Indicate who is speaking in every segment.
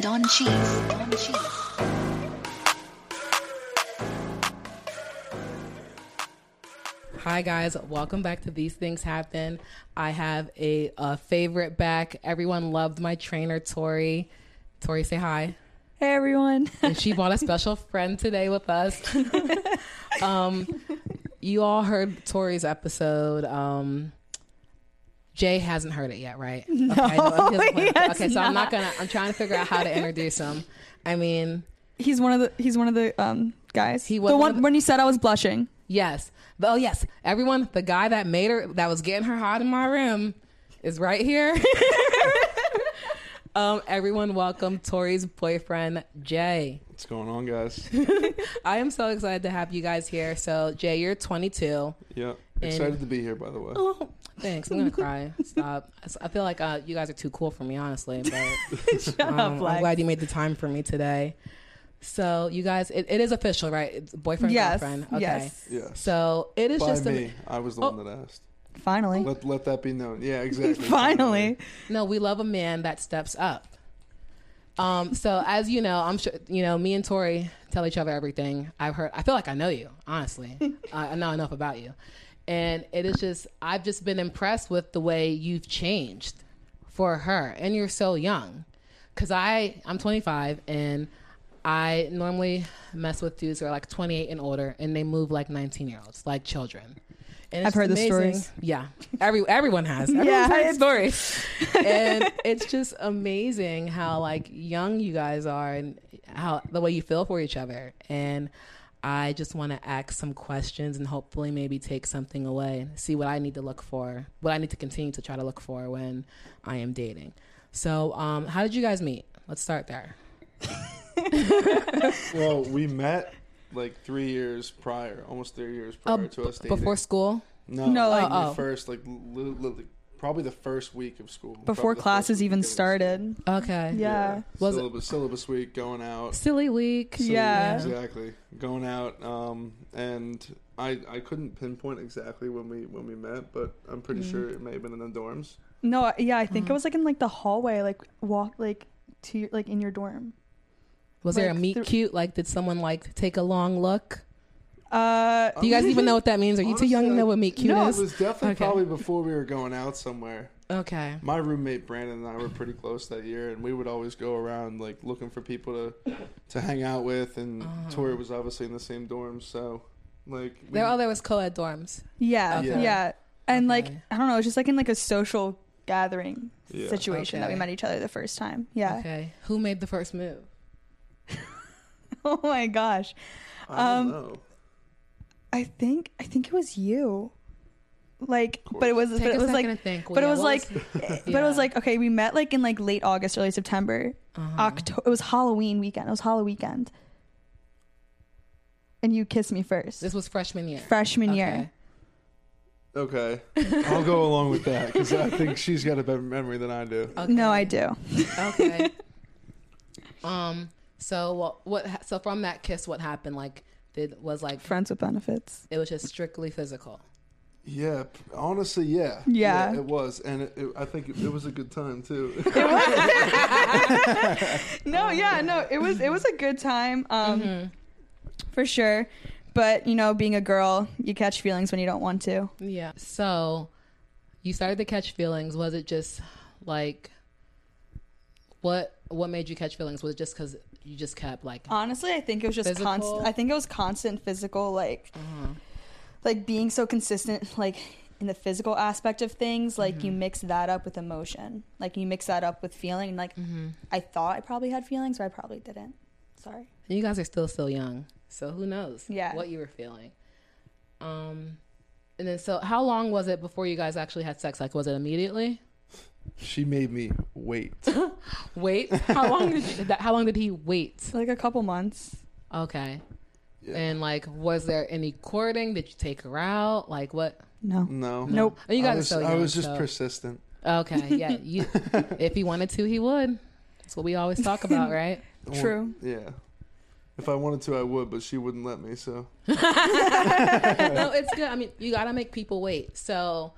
Speaker 1: Don Cheese. Don Cheese.
Speaker 2: Hi guys, welcome back to These Things Happen. I have a, a favorite back. Everyone loved my trainer Tori. Tori, say hi.
Speaker 3: Hey everyone.
Speaker 2: And she brought a special friend today with us. um, you all heard Tori's episode. Um, Jay hasn't heard it yet, right? No, okay,
Speaker 3: he has
Speaker 2: okay so I'm not
Speaker 3: not.
Speaker 2: gonna. I'm trying to figure out how to introduce him. I mean,
Speaker 3: He's one of the he's one of the um guys.
Speaker 2: He
Speaker 3: He
Speaker 2: was
Speaker 3: was the
Speaker 2: one
Speaker 3: one
Speaker 2: of the-
Speaker 3: when you said I was blushing.
Speaker 2: Yes. The- Oh, yes. Everyone, the guy that made her, that was getting her hot in my room, is right here. um, everyone, welcome Tori's boyfriend, Jay.
Speaker 4: What's going on, guys?
Speaker 2: I am so excited to have you guys here. So, Jay, you're 22.
Speaker 4: Yeah, excited to be here. By the way,
Speaker 2: Oh, thanks. I'm gonna cry. Stop. I feel like uh, you guys are too cool for me, honestly. But
Speaker 3: Shut
Speaker 2: um, I'm glad you made the time for me today. So, you guys, it, it is official, right? It's boyfriend,
Speaker 3: Yes.
Speaker 2: girlfriend. Okay.
Speaker 3: Yes.
Speaker 4: yeah.
Speaker 2: So it is
Speaker 4: By
Speaker 2: just a-
Speaker 4: me, I was the
Speaker 2: Oh.
Speaker 4: one that asked.
Speaker 3: Finally.
Speaker 4: Let let that be known. Yeah, exactly.
Speaker 3: Finally.
Speaker 2: No, we love a man that steps up. Um, so as you know, I'm sure you know me and Tori tell each other everything. I've heard. I feel like I know you. Honestly, I I know enough about you, and it is just I've just been impressed with the way you've changed for her, and you're so young. Cause I I'm 25 and I normally mess with dudes who are like 28 and older, and they move like 19 year olds, like children. And it's
Speaker 3: I've heard
Speaker 2: just
Speaker 3: the stories.
Speaker 2: Yeah, every everyone has. Everyone's
Speaker 3: Yeah,
Speaker 2: heard
Speaker 3: it's-
Speaker 2: stories, and it's just amazing how like young you guys are, and how the way you feel for each other. And I just want to ask some questions, and hopefully maybe take something away, see what I need to look for, what I need to continue to try to look for when I am dating. So, um, how did you guys meet? Let's start there.
Speaker 4: Well, we met like three years prior, almost three years
Speaker 2: Uh,
Speaker 4: prior to us
Speaker 2: b-
Speaker 4: dating.
Speaker 2: before school.
Speaker 4: no,
Speaker 3: No,
Speaker 4: like,
Speaker 2: like-
Speaker 4: the
Speaker 2: Oh.
Speaker 4: first, like li- li- like, probably the first week of school,
Speaker 3: Before
Speaker 4: Probably the first
Speaker 3: classes
Speaker 4: week
Speaker 3: even
Speaker 4: of school.
Speaker 3: started.
Speaker 2: Okay.
Speaker 3: Yeah.
Speaker 2: Was it-
Speaker 4: syllabus syllabus week going out.
Speaker 2: Silly week.
Speaker 3: So- Yeah.
Speaker 4: exactly. Going out, um, and I I couldn't pinpoint exactly when we when we met, but I'm pretty
Speaker 2: Mm.
Speaker 4: sure it may have been in the dorms.
Speaker 3: No, I- yeah, I think
Speaker 2: Mm-hmm.
Speaker 3: it was like in like the hallway, like walk like to your, like in your dorm.
Speaker 2: Was there a
Speaker 3: Like,
Speaker 2: meet
Speaker 3: th-
Speaker 2: cute? Like, did someone like take a long look?
Speaker 3: Uh
Speaker 2: Do you guys even know what that means? Are you too young to
Speaker 4: Honestly,
Speaker 2: know what meet cute
Speaker 4: No, it
Speaker 2: is?
Speaker 4: was definitely
Speaker 2: Okay.
Speaker 4: probably before we were going out somewhere.
Speaker 2: Okay.
Speaker 4: My roommate Brandon and I were pretty close that year, and we would always go around like looking for people to to hang out with. And
Speaker 2: Uh-huh.
Speaker 4: Tori was obviously in the same dorm, so like we-
Speaker 2: There, oh, there was co-ed dorms.
Speaker 3: yeah,
Speaker 4: Okay.
Speaker 3: yeah. And like
Speaker 2: Okay.
Speaker 3: I don't know, it was just like in like a social gathering
Speaker 4: Yeah.
Speaker 3: situation that we
Speaker 2: Okay.
Speaker 3: met each other the first time. Yeah.
Speaker 2: Okay. Who made the first move?
Speaker 3: Oh my gosh.
Speaker 4: I don't
Speaker 3: um,
Speaker 4: know.
Speaker 3: I think I think it was you. Like
Speaker 4: course.
Speaker 3: but it was
Speaker 2: Take
Speaker 3: but
Speaker 2: a
Speaker 3: it was
Speaker 2: second
Speaker 3: like
Speaker 2: to think.
Speaker 3: but it was
Speaker 2: what
Speaker 3: like- But it was
Speaker 2: Yeah.
Speaker 3: like okay, we met like in like late August, early September.
Speaker 2: Uh-huh.
Speaker 3: October. It was Halloween weekend. It was Halloween weekend. And you kissed me first.
Speaker 2: this was freshman year.
Speaker 3: freshman
Speaker 2: Okay.
Speaker 3: year.
Speaker 4: Okay, I'll go along with that because I think she's got a better memory than I do.
Speaker 2: Okay.
Speaker 3: No, I do.
Speaker 2: okay. Um. So what? What? ha- So from that kiss, what happened? Like, did was like
Speaker 3: Friends with benefits.
Speaker 2: it was just strictly physical.
Speaker 4: Yeah, p- honestly, yeah,
Speaker 3: Yeah.
Speaker 4: it was, and it, it, I think it, it was a good time too.
Speaker 3: No, Oh, yeah, no. It was it was a good time, um, for sure. But you know, being a girl, you catch feelings when you don't want to.
Speaker 2: Yeah. So you started to catch feelings. Was it just like what what made you catch feelings? Was it just because you just kept like
Speaker 3: Honestly, I think it was just
Speaker 2: Physical? Mm-hmm.
Speaker 3: constant. I think it was constant physical, like, like being so consistent, like in the physical aspect of things. Like you
Speaker 2: Mm-hmm.
Speaker 3: mix that up with emotion, like you mix that up with feeling. And like
Speaker 2: Mm-hmm.
Speaker 3: I thought I probably had feelings, but I probably didn't. Sorry.
Speaker 2: you guys are still so young, so who knows?
Speaker 3: Yeah.
Speaker 2: what you were feeling. Um, and then so how long was it before you guys actually had sex? Like, was it immediately?
Speaker 4: she made me wait.
Speaker 2: Wait, how long did you, that, how long did he wait?
Speaker 3: Like a couple months.
Speaker 2: Okay.
Speaker 4: Yeah.
Speaker 2: And like, was there any courting? Did you take her out? Like, what?
Speaker 3: No.
Speaker 4: No,
Speaker 3: Nope.
Speaker 2: Oh, you guys
Speaker 4: I
Speaker 2: are
Speaker 4: was,
Speaker 2: so
Speaker 4: I
Speaker 2: young,
Speaker 4: was just
Speaker 2: so-
Speaker 4: persistent.
Speaker 2: Okay, yeah. You, if he wanted to, he would. That's what we always talk about, right?
Speaker 4: I want-
Speaker 3: True.
Speaker 4: Yeah. If I wanted to, I would, but she wouldn't let me. So
Speaker 2: no, it's good. I mean, you gotta make people wait. So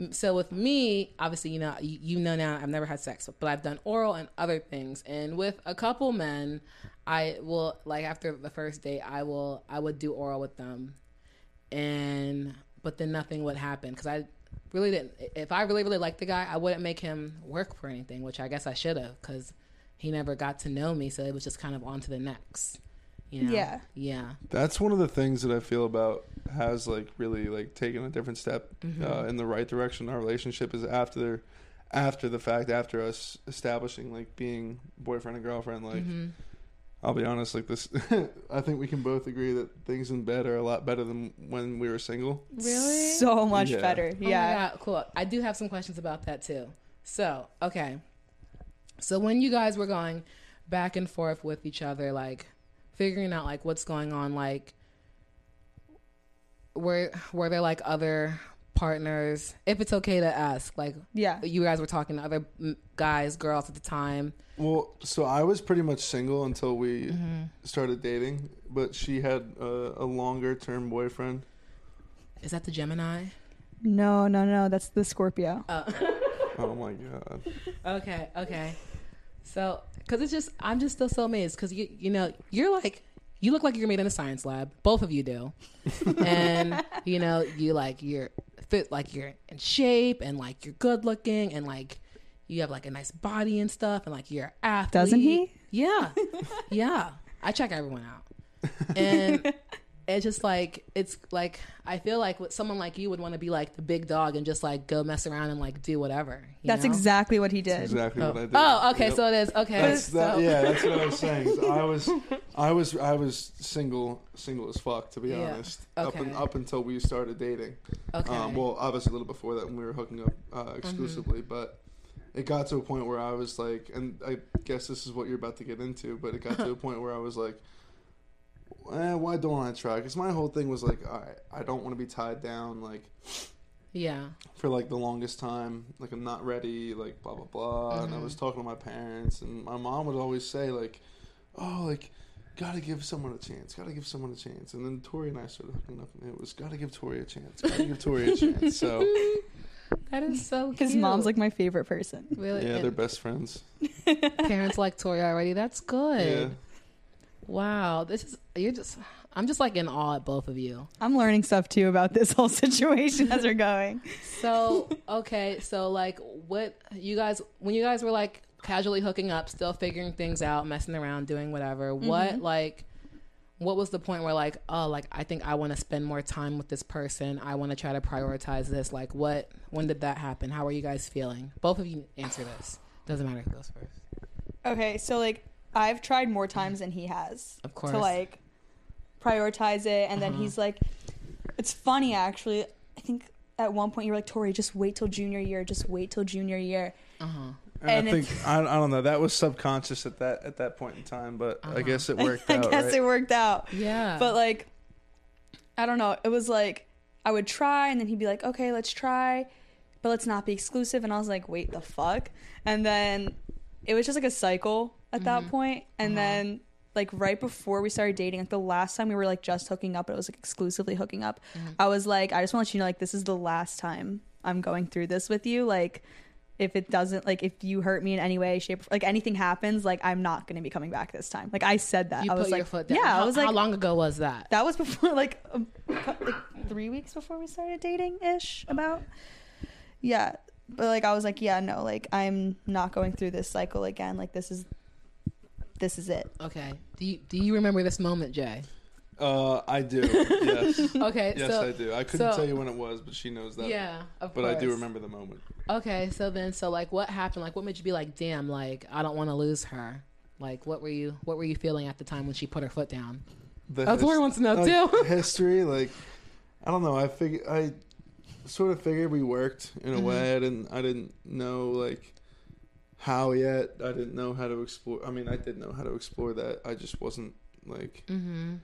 Speaker 2: M- So with me, obviously, you know, you, you know now I've never had sex, but I've done oral and other things. And with a couple men, I will like after the first date, I will I would do oral with them, and but then nothing would happen because I really didn't. If I really really liked the guy, I wouldn't make him work for anything, which I guess I should have because he never got to know me, so it was just kind of on to the next. You know?
Speaker 3: Yeah.
Speaker 2: Yeah.
Speaker 4: That's one of the things that I feel about has like really like taken a different step uh, in the right direction. in Our relationship is after, after the fact, after us establishing like being boyfriend and girlfriend. Like, I'll be honest, like this, I think we can both agree that things in bed are a lot better than when we were single.
Speaker 2: Really?
Speaker 3: So much
Speaker 4: Yeah.
Speaker 3: better.
Speaker 2: Oh
Speaker 3: Yeah.
Speaker 2: my God, cool. I do have some questions about that too. So, okay. So when you guys were going back and forth with each other, like figuring out like what's going on, like were were there like other partners? If it's okay to ask, like
Speaker 3: yeah.
Speaker 2: you guys were talking to other mm, guys, girls at the time.
Speaker 4: Well, so I was pretty much single until we started dating, but she had a, a longer term boyfriend.
Speaker 2: Is that the Gemini?
Speaker 3: No, no, no. That's the Scorpio.
Speaker 4: Oh my god.
Speaker 2: Okay, okay. So, because it's just, I'm just still so amazed because you, you know, you're like, you look like you're made in a science lab. Both of you do, and you know, you like you're fit, like you're in shape, and like you're good looking, and like you have like a nice body and stuff, and like you're an athlete.
Speaker 3: Doesn't he?
Speaker 2: Yeah, yeah. I check everyone out, and it's just like it's like I feel like with someone like you would want to be like the big dog and just like go mess around and like do whatever. you
Speaker 3: That's
Speaker 2: know?
Speaker 3: exactly what he did.
Speaker 4: Exactly
Speaker 2: Oh.
Speaker 4: what I did.
Speaker 2: Oh, okay,
Speaker 4: Yep.
Speaker 2: so it is. Okay.
Speaker 4: That's that,
Speaker 2: so,
Speaker 4: yeah, that's what I was saying. So I was, I was, I was single, single as fuck, to be
Speaker 2: Yeah.
Speaker 4: honest. Up
Speaker 2: Okay.
Speaker 4: and, up until we started dating.
Speaker 2: Okay. Mm-hmm.
Speaker 4: Um, well, obviously a little before that when we were hooking up uh, exclusively, but it got to a point where I was like, and I guess this is what you're about to get into, but it got to a point where I was like, eh, why don't I try? Because my whole thing was like, all right, I don't want to be tied down, like
Speaker 2: yeah.
Speaker 4: for like the longest time. Like I'm not ready. Like blah blah blah. And I
Speaker 2: Mm-hmm.
Speaker 4: was talking to my parents, and my mom would always say like, "Oh, like gotta give someone a chance. Gotta give someone a chance." And then Tori and I started hooking up, and it was gotta give Tori a chance. Gotta give Tori a chance. So
Speaker 2: That is so cute.
Speaker 3: His mom's like my favorite person.
Speaker 2: really?
Speaker 4: yeah,
Speaker 2: and
Speaker 4: they're best friends.
Speaker 2: parents like Tori already. That's
Speaker 4: Yeah.
Speaker 2: good. Wow. This is, you're just, I'm just like in awe at both of you.
Speaker 3: I'm learning stuff too about this whole situation as we're going.
Speaker 2: So, okay. So, like, what you guys, when you guys were like casually hooking up, still figuring things out, messing around, doing whatever, what, like, what was the point where like oh like i think i want to spend more time with this person i want to try to prioritize this like what when did that happen how are you guys feeling both of you answer this doesn't matter who goes first
Speaker 3: Okay, so like I've tried more times than he has.
Speaker 2: Of course. Uh-huh.
Speaker 3: To like prioritize it and then he's like it's funny actually. I think at one point you were like, Tori, just wait till junior year, just wait till junior year.
Speaker 4: And,
Speaker 3: And
Speaker 4: I
Speaker 3: it's-
Speaker 4: think I, I don't know. That was subconscious at that at that point in time, but I
Speaker 2: Uh-huh.
Speaker 4: guess it worked
Speaker 3: I
Speaker 4: out.
Speaker 3: guess
Speaker 4: right?
Speaker 3: it worked out.
Speaker 2: yeah
Speaker 3: But like I don't know, it was like I would try and then he'd be like, Okay, let's try but let's not be exclusive and I was like, Wait the fuck and then it was just like a cycle at
Speaker 2: Mm-hmm.
Speaker 3: that point. And
Speaker 2: Uh-huh.
Speaker 3: then like right before we started dating, like the last time we were like just hooking up, it was like exclusively hooking up.
Speaker 2: Mm-hmm.
Speaker 3: I was like, I just want to let you know like this is the last time I'm going through this with you. Like if it doesn't like if you hurt me in any way, shape like anything happens, like I'm not gonna be coming back this time. Like I said that.
Speaker 2: You
Speaker 3: I
Speaker 2: put
Speaker 3: was
Speaker 2: your
Speaker 3: like
Speaker 2: foot down.
Speaker 3: Yeah,
Speaker 2: how,
Speaker 3: I was like
Speaker 2: how long ago was that?
Speaker 3: that was before like, um, like three weeks before we started dating ish about yeah but like i was like yeah no like i'm not going through this cycle again like this is this is it
Speaker 2: Okay. Do you, do you remember this moment, Jay?
Speaker 4: Uh, I do. Yes,
Speaker 2: Okay.
Speaker 4: yes,
Speaker 2: so,
Speaker 4: I do. I couldn't
Speaker 2: so-
Speaker 4: tell you when it was, but she knows that.
Speaker 2: Yeah, of
Speaker 4: But
Speaker 2: course.
Speaker 4: I do remember the moment.
Speaker 2: Okay, so then, so like, what happened? Like, what made you be like, damn, like, I don't want to lose her. Like, what were you, what were you feeling at the time when she put her foot down?
Speaker 4: the
Speaker 2: That's what I want to know,
Speaker 4: like,
Speaker 2: too.
Speaker 4: history, like I don't know. I fig- I sort of figured we worked in a
Speaker 2: Mm-hmm.
Speaker 4: way. I didn't. I didn't know like how yet. I didn't know how to explore. I mean, I did know how to explore that. I just wasn't like.
Speaker 2: Mm-hmm.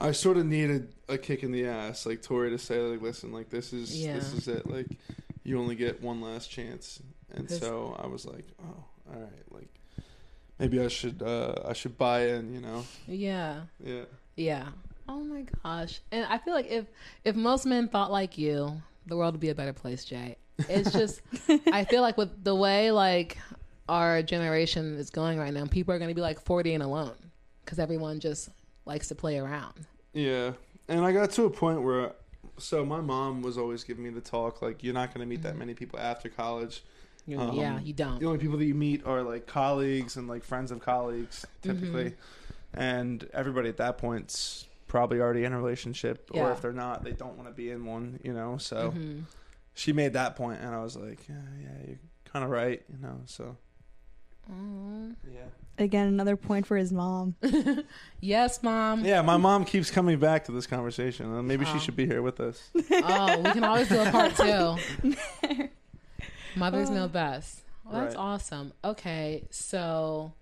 Speaker 4: I sort of needed a kick in the ass, like Tori, to say, like, listen, like this is
Speaker 2: Yeah.
Speaker 4: this is it. Like, you only get one last chance, and
Speaker 2: This-
Speaker 4: so I was like, oh, all right, like. Maybe I should uh, I should buy in, you know?
Speaker 2: Yeah.
Speaker 4: Yeah.
Speaker 2: Yeah. Oh my gosh. And I feel like if if most men thought like you, the world would be a better place, Jay. It's just I feel like with the way like our generation is going right now, people are going to be like 40 and alone because everyone just likes to play around.
Speaker 4: Yeah. And I got to a point where, so my mom was always giving me the talk like, you're not going to meet that many people after college.
Speaker 2: Uh-huh. You're-
Speaker 4: Um,
Speaker 2: yeah, you don't.
Speaker 4: The only people that you meet are like colleagues and like friends of colleagues, typically. And everybody at that point's probably already in a relationship, or
Speaker 2: Yeah.
Speaker 4: if they're not, they don't want to be in one, you know? So
Speaker 2: Mhm.
Speaker 4: she made that point, and I was like, yeah, yeah you're kind of right, you know? So,
Speaker 2: Aw.
Speaker 4: yeah.
Speaker 3: Again, another point for his mom.
Speaker 2: Yes, mom.
Speaker 4: Yeah, my mom keeps coming back to this conversation. and Maybe
Speaker 2: Oh.
Speaker 4: she should be here with us.
Speaker 2: Oh, we can always do a part two. Mothers
Speaker 3: Oh.
Speaker 2: know best. Well, that's
Speaker 4: Right.
Speaker 2: awesome. Okay, so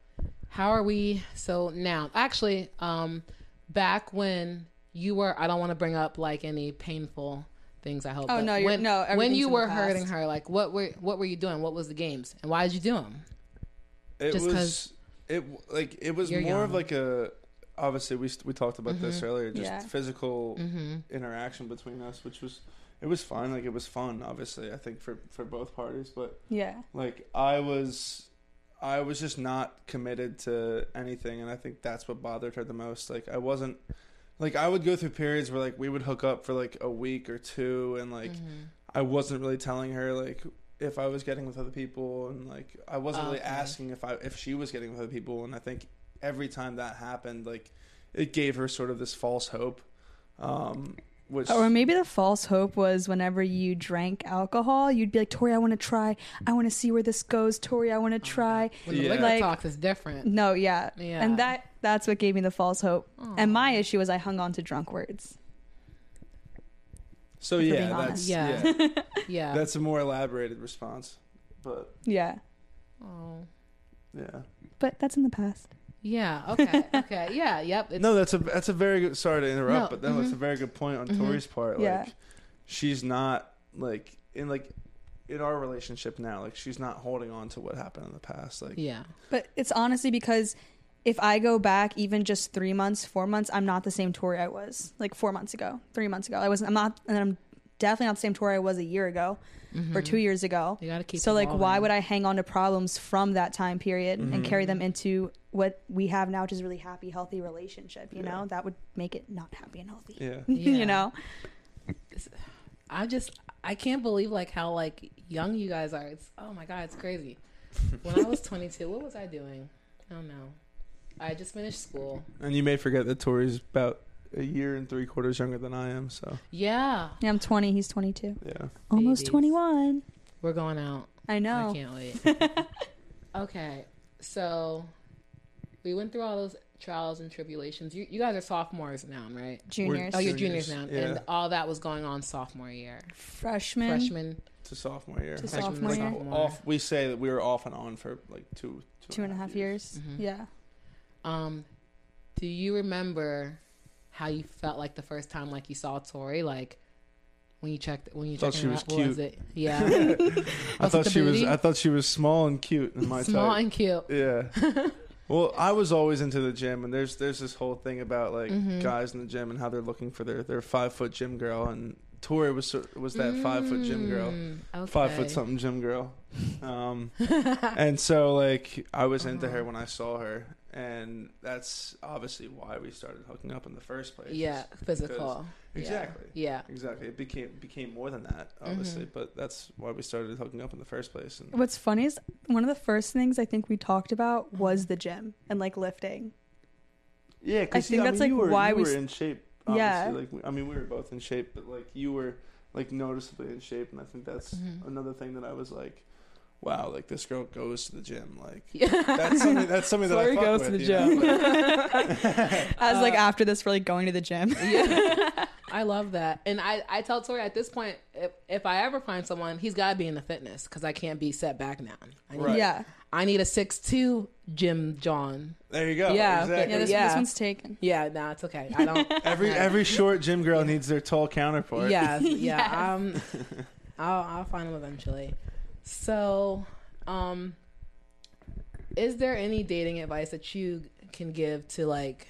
Speaker 2: how are we? So now, actually, um, back when you were, I don't want to bring up like any painful things. I hope.
Speaker 3: Oh,
Speaker 2: but
Speaker 3: no, you're-
Speaker 2: when,
Speaker 3: no,
Speaker 2: When
Speaker 3: everything's
Speaker 2: you
Speaker 3: in
Speaker 2: were
Speaker 3: the past.
Speaker 2: hurting her, like what were what were you doing? What was the games, and why did you do them?
Speaker 4: It
Speaker 2: Just 'cause
Speaker 4: was it w- like it was
Speaker 2: you're
Speaker 4: more
Speaker 2: young.
Speaker 4: of like a obviously we st- we talked about this earlier just
Speaker 3: Yeah.
Speaker 4: physical
Speaker 2: Mm-hmm.
Speaker 4: interaction between us which was it was fun like it was fun obviously I think for for both parties but
Speaker 3: Yeah.
Speaker 4: like I was I was just not committed to anything and I think that's what bothered her the most like I wasn't like I would go through periods where like we would hook up for like a week or two and like
Speaker 2: Mm-hmm.
Speaker 4: I wasn't really telling her like if I was getting with other people and like I wasn't really
Speaker 2: Okay.
Speaker 4: asking if I if she was getting with other people and I think every time that happened like it gave her sort of this false hope um which
Speaker 3: Or maybe the false hope was whenever you drank alcohol, you'd be like, Tori, I want to try. I want to see where this goes. Tori, I want to try.
Speaker 2: Oh When the
Speaker 4: Yeah.
Speaker 2: liquor
Speaker 3: Like-
Speaker 2: talks is different.
Speaker 3: No, yeah.
Speaker 2: Yeah.
Speaker 3: And that that's what gave me the false hope. And my issue was I hung on to drunk words.
Speaker 4: so
Speaker 3: for
Speaker 4: yeah
Speaker 3: being
Speaker 4: that's
Speaker 3: honest.
Speaker 4: yeah.
Speaker 2: Yeah. Yeah.
Speaker 4: that's a more elaborated response but
Speaker 3: Yeah.
Speaker 2: oh.
Speaker 4: yeah
Speaker 3: But that's in the past.
Speaker 2: Yeah. Okay. Okay. Yeah. Yep. It's,
Speaker 4: no that's a that's a very good sorry to interrupt
Speaker 2: No,
Speaker 4: but no it's a very good point on Tori's part like
Speaker 3: Yeah.
Speaker 4: she's not like in like in our relationship now like she's not holding on to what happened in the past like
Speaker 2: Yeah.
Speaker 3: But it's honestly because if I go back even just three months, four months, I'm not the same Tori I was like four months ago, three months ago. I wasn't, I'm not, and I'm definitely not the same Tori I was a year ago or two years ago.
Speaker 2: Mm-hmm. You gotta keep
Speaker 3: so, like, why
Speaker 2: evolving.
Speaker 3: would I hang on to problems from that time period and carry them into what we have now, which is a really happy, healthy relationship? You know, that would make it not happy and healthy.
Speaker 4: yeah
Speaker 2: Yeah.
Speaker 3: you know?
Speaker 2: I just I can't believe like how like young you guys are. It's oh my god, it's crazy. When I was 22, what was I doing? I don't know. I just finished school.
Speaker 4: And you may forget that Tori's about a year and three quarters younger than I am, so
Speaker 2: Yeah,
Speaker 3: Yeah, I'm 20, he's 22.
Speaker 4: yeah.
Speaker 3: Almost
Speaker 2: Babies.
Speaker 3: 21.
Speaker 2: we're going out.
Speaker 3: I know.
Speaker 2: I can't wait. okay, so we went through all those trials and tribulations. You you guys are sophomores now, right?
Speaker 3: Juniors.
Speaker 2: Oh, you're
Speaker 4: Juniors,
Speaker 2: juniors now,
Speaker 4: yeah.
Speaker 2: and all that was going on sophomore year,
Speaker 3: freshman.
Speaker 2: freshman.
Speaker 4: To sophomore year.
Speaker 3: To
Speaker 4: Like,
Speaker 3: sophomore
Speaker 4: like,
Speaker 3: year.
Speaker 4: Off we say that we were off and on for like two
Speaker 3: Two and a half years. Yeah.
Speaker 2: Um, do you remember how you felt like the first time like you saw Tori like when you checked when you
Speaker 4: Thought
Speaker 2: checked
Speaker 4: she
Speaker 2: her
Speaker 4: was
Speaker 2: out? What
Speaker 4: cute.
Speaker 2: it? Yeah,
Speaker 4: I
Speaker 2: Was it
Speaker 4: thought
Speaker 2: the
Speaker 4: she was
Speaker 2: booty?
Speaker 4: I thought she was small and cute in my
Speaker 2: small
Speaker 4: type.
Speaker 2: and cute.
Speaker 4: yeah. Well, I was always into the gym, and there's there's this whole thing about like
Speaker 2: Mm-hmm.
Speaker 4: guys in the gym and how they're looking for their, their five foot gym girl, and Tori was sort- was that five foot gym girl.
Speaker 2: Mm, okay.
Speaker 4: five foot something gym girl. Um, and so like I was into
Speaker 2: Uh-huh.
Speaker 4: her when I saw her, and that's obviously why we started hooking up in the first place.
Speaker 2: Yeah, physical. Yeah.
Speaker 4: Exactly.
Speaker 2: Yeah. Mm-hmm.
Speaker 4: Exactly. It became became more than that, obviously, but that's why we started hooking up in the first place. And
Speaker 3: What's funny is one of the first things I think we talked about was the gym and like lifting.
Speaker 4: yeah,
Speaker 3: I
Speaker 4: because
Speaker 3: think that's, like,
Speaker 4: you were,
Speaker 3: why
Speaker 4: you
Speaker 3: we
Speaker 4: were
Speaker 3: s-
Speaker 4: in shape.
Speaker 3: Yeah.
Speaker 4: Obviously. Like we- I mean, we were both in shape, but like you were like noticeably in shape, and I think that's another thing that I was like. Wow, like this girl goes to the gym. Like that's something. That's something that I
Speaker 2: Tori
Speaker 4: fuck
Speaker 2: goes
Speaker 4: with,
Speaker 2: to the
Speaker 4: you know?
Speaker 2: gym.
Speaker 3: As like after this, we're like going to the gym.
Speaker 2: Yeah. I love that. And I, I tell Tori at this point, if, if I ever find someone, he's got to be in the fitness because I can't be set back now. I need,
Speaker 4: Right.
Speaker 3: Yeah.
Speaker 2: I need a six two Jim John.
Speaker 4: There you go.
Speaker 2: Yeah,
Speaker 4: exactly.
Speaker 3: Yeah this,
Speaker 2: Yeah.
Speaker 3: this one's taken.
Speaker 2: Yeah, no, it's okay. I don't.
Speaker 4: Every
Speaker 2: Yeah.
Speaker 4: every short gym girl needs their tall counterpart.
Speaker 2: Yeah, yeah. Um, I'll I'll find them eventually. So, um, is there any dating advice that you can give to like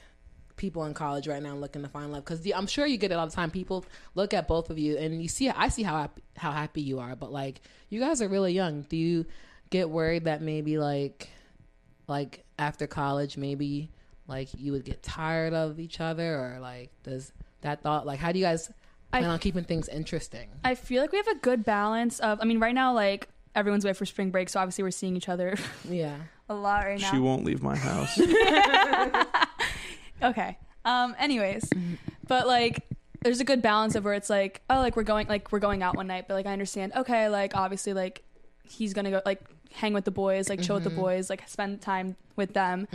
Speaker 2: people in college right now looking to find love? Because I'm sure you get it all the time. People look at both of you and you see, I see how hap- how happy you are, but like you guys are really young. Do you get worried that maybe like like after college maybe like you would get tired of each other or like does that thought like how do you guys
Speaker 3: I-
Speaker 2: plan on keeping things interesting?
Speaker 3: I feel like we have a good balance of. I mean, right now, like everyone's away for spring break, so obviously we're seeing each other
Speaker 2: Yeah.
Speaker 3: a lot right now.
Speaker 4: She won't leave my house.
Speaker 3: okay. Um. Anyways, but like, there's a good balance of where it's like, oh, like we're going, like we're going out one night, but like I understand. Okay, like obviously, like he's gonna go, like hang with the boys, like chill with
Speaker 2: Mm-hmm.
Speaker 3: the boys, like spend time with them,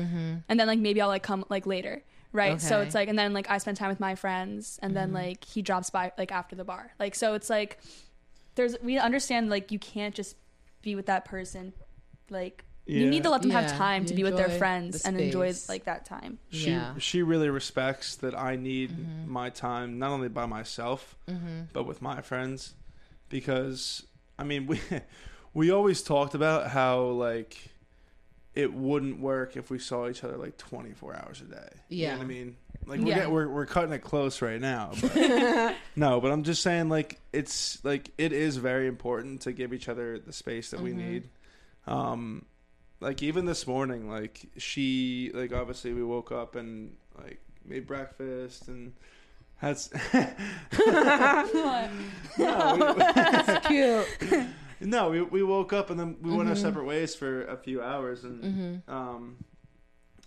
Speaker 3: and then like maybe I'll like come like later. Right. So
Speaker 2: Okay. Mm-hmm.
Speaker 3: it's like, and then like I spend time with my friends, and then like he drops by like after the bar. Like so, it's like there's we understand like you can't just be with that person, like. You
Speaker 4: Yeah.
Speaker 3: need to let them have
Speaker 2: Yeah,
Speaker 3: time to
Speaker 2: you
Speaker 3: be with their
Speaker 2: enjoy the
Speaker 3: friends and enjoy
Speaker 2: space.
Speaker 3: like that time.
Speaker 4: She
Speaker 2: Yeah.
Speaker 4: she really respects that I need my time not only by myself
Speaker 2: Mm-hmm.
Speaker 4: but with my friends because I mean we we always talked about how like it wouldn't work if we saw each other like 24 hours a day. You know
Speaker 2: Yeah.
Speaker 4: what I mean? Like we're,
Speaker 3: Yeah.
Speaker 4: get- we're we're cutting it close right now. But, no, but I'm just saying like it's like it is very important to give each other the space that we need. Um like even this morning like she like obviously we woke up and like made breakfast and had s- no, we,
Speaker 2: That's cute.
Speaker 4: no, we we woke up and then we went our
Speaker 2: Mm-hmm.
Speaker 4: separate ways for a few hours and um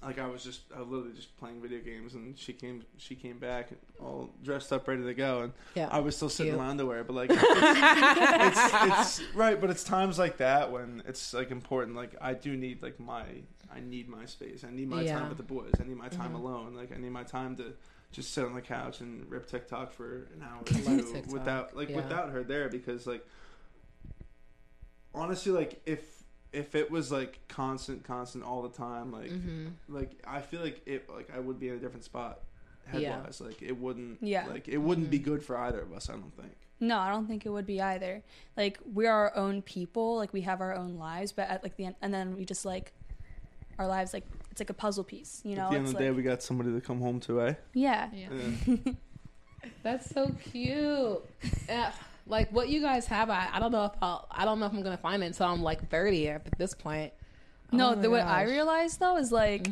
Speaker 4: like I was just I was literally just playing video games and she came she came back all dressed up ready to go and
Speaker 2: Yeah.
Speaker 4: I was still sitting in
Speaker 2: Cute.
Speaker 4: my underwear but like it's, it's, it's right but it's times like that when it's like important like I do need like my I need my space I need my
Speaker 2: Yeah. Mm-hmm.
Speaker 4: time with the boys I need my time alone like I need my time to just sit on the couch and rip TikTok for an hour or
Speaker 2: love
Speaker 4: two
Speaker 2: TikTok,
Speaker 4: without like
Speaker 2: yeah.
Speaker 4: without her there because like honestly like if if it was like constant constant all the time like
Speaker 2: Mm-hmm.
Speaker 4: like i feel like it like i would be in a different spot head
Speaker 2: Yeah. Mm-hmm.
Speaker 4: wise like it wouldn't
Speaker 3: Yeah.
Speaker 4: like it wouldn't be good for either of us i don't think
Speaker 3: No, I don't think it would be either. Like we're our own people, like we have our own lives, but at like the end, and then we just like our lives like it's like a puzzle piece, you know?
Speaker 4: at the end
Speaker 3: it's
Speaker 4: of the
Speaker 3: like,
Speaker 4: day we got somebody to come home to eh
Speaker 3: yeah.
Speaker 2: Yeah.
Speaker 4: yeah.
Speaker 2: That's so cute. Yeah, like what you guys have, I, I don't know if I'll, I don't know if I'm gonna find it until I'm like 30 at this point.
Speaker 3: No,
Speaker 2: Oh my
Speaker 3: the what I
Speaker 2: gosh. Mm-hmm.
Speaker 3: realized though is like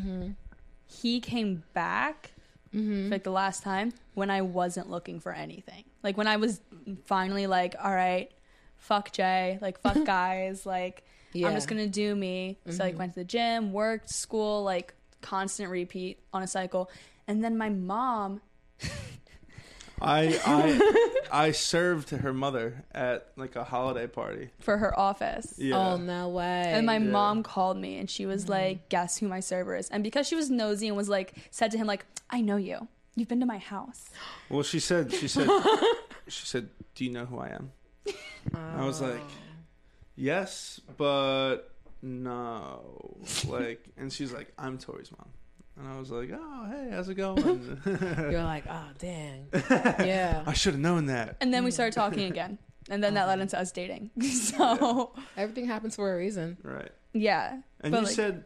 Speaker 3: he came back
Speaker 2: Mhm.
Speaker 3: like the last time when I wasn't looking for anything. Like when I was finally like, all right, fuck Jay, like fuck guys, like
Speaker 2: Yeah.
Speaker 3: I'm just gonna do me. So like went to the gym, worked, school, like constant repeat on a cycle. And then my mom
Speaker 4: i i i served her mother at like a holiday party
Speaker 3: for her office.
Speaker 4: yeah
Speaker 2: Oh no way.
Speaker 3: And my
Speaker 4: Yeah.
Speaker 3: mom called me and she was like, Guess who my server is? And because she was nosy and was like, said to him, like, I know you. You've been to my house.
Speaker 4: well she said she said she said do you know who i am I was like, yes, but no. Like, and she's like, I'm Tori's mom. And I was like, oh, hey, how's it going?
Speaker 2: you're like, oh dang. yeah.
Speaker 4: I should have known that.
Speaker 3: And then we started talking again. And then that led into us dating. So
Speaker 2: Everything happens for a reason.
Speaker 4: Right.
Speaker 3: yeah.
Speaker 4: And
Speaker 3: But,
Speaker 4: you
Speaker 3: like-
Speaker 4: said,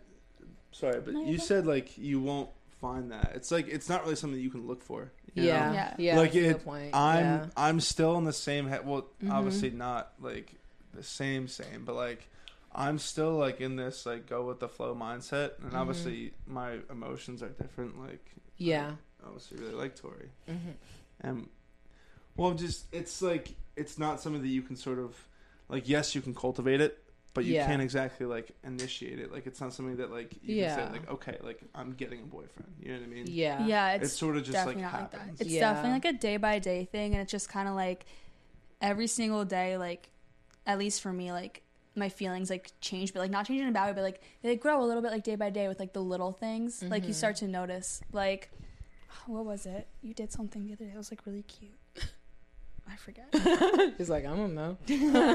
Speaker 4: sorry, but
Speaker 3: No, you're
Speaker 4: you
Speaker 3: fine.
Speaker 4: said, like, you won't find that. It's like, it's not really something you can look for. you know?
Speaker 2: Yeah.
Speaker 3: Yeah.
Speaker 2: Yeah.
Speaker 4: like,
Speaker 2: that's a
Speaker 4: it,
Speaker 2: good point.
Speaker 4: I'm,
Speaker 2: Yeah.
Speaker 4: I'm still in the same, he- well,
Speaker 3: Mm-hmm.
Speaker 4: obviously not like the same, same, but like, I'm still like in this like go with the flow mindset, and
Speaker 3: Mm-hmm.
Speaker 4: obviously my emotions are different. Like
Speaker 2: Yeah. Mm-hmm.
Speaker 4: I obviously really like Tori. And well, just it's like it's not something that you can sort of like. Yes, you can cultivate it, but you
Speaker 2: Yeah.
Speaker 4: can't exactly like initiate it. Like it's not something that like you can
Speaker 2: Yeah.
Speaker 4: say like okay, like I'm getting a boyfriend. You know what I mean?
Speaker 2: Yeah.
Speaker 3: Yeah,
Speaker 4: It's,
Speaker 3: it's,
Speaker 4: sort of just like
Speaker 3: definitely not like
Speaker 4: happens.
Speaker 3: that. It's
Speaker 2: Yeah.
Speaker 3: definitely like a day by day thing and it's just kinda like every single day, like at least for me, like my feelings like change, but like not changing in a bad way, but like they grow a little bit like day by day with like the little things. Like you start to notice like what was it? You did something the other day that was like really cute. I forget.
Speaker 2: She's like, I don't know.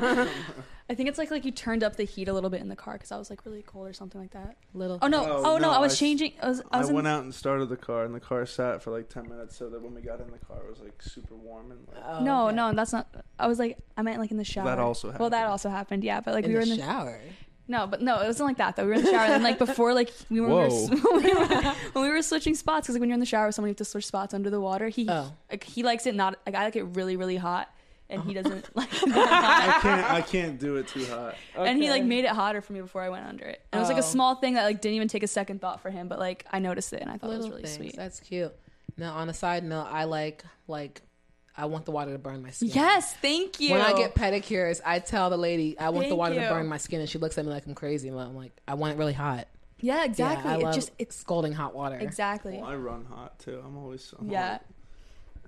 Speaker 3: I think it's like like you turned up the heat a little bit in the car because I was like really cold or something like that.
Speaker 2: Little.
Speaker 3: Oh no!
Speaker 4: Oh,
Speaker 3: Oh, no!
Speaker 4: no,
Speaker 3: I
Speaker 4: I
Speaker 3: was
Speaker 4: s-
Speaker 3: changing. I was. I
Speaker 4: I,
Speaker 3: was in-
Speaker 4: went out and started the car, and the car sat for like ten minutes, so that when we got in the car, it was like super warm and like.
Speaker 2: Oh,
Speaker 3: no,
Speaker 2: okay.
Speaker 3: no, that's not. I was like, I meant like in the shower.
Speaker 4: also
Speaker 3: Well, that
Speaker 4: happened.
Speaker 3: also happened. Yeah, but like
Speaker 2: In
Speaker 3: we were
Speaker 2: the
Speaker 3: in the.
Speaker 2: shower.
Speaker 3: No, but no, it wasn't like that though. We were in the shower, and like before, like we were,
Speaker 5: Whoa.
Speaker 3: when, we were when we were switching spots because like when you're in the shower, with someone you have to switch spots under the water. He
Speaker 2: Oh.
Speaker 3: like, he likes it not like I like it really really hot, and he doesn't like.
Speaker 5: I can't. I can't do it too hot.
Speaker 3: And he like made it hotter for me before I went under it. And it was like
Speaker 2: Oh.
Speaker 3: a small thing that like didn't even take a second thought for him, but like I noticed it and I thought
Speaker 2: Little
Speaker 3: it was really
Speaker 2: things.
Speaker 3: sweet.
Speaker 2: That's cute. Now, on a side note, I like like I want the water to burn my skin.
Speaker 3: Yes, thank you.
Speaker 2: When I get pedicures, I tell the lady I want the
Speaker 3: Thank
Speaker 2: water to
Speaker 3: you.
Speaker 2: burn my skin, and she looks at me like I'm crazy. And I'm like, I want it really hot.
Speaker 3: yeah, exactly.
Speaker 2: Yeah, I love
Speaker 3: it just it's
Speaker 2: scalding hot water.
Speaker 3: exactly.
Speaker 4: Well, I run hot too. I'm always. I'm
Speaker 3: Yeah.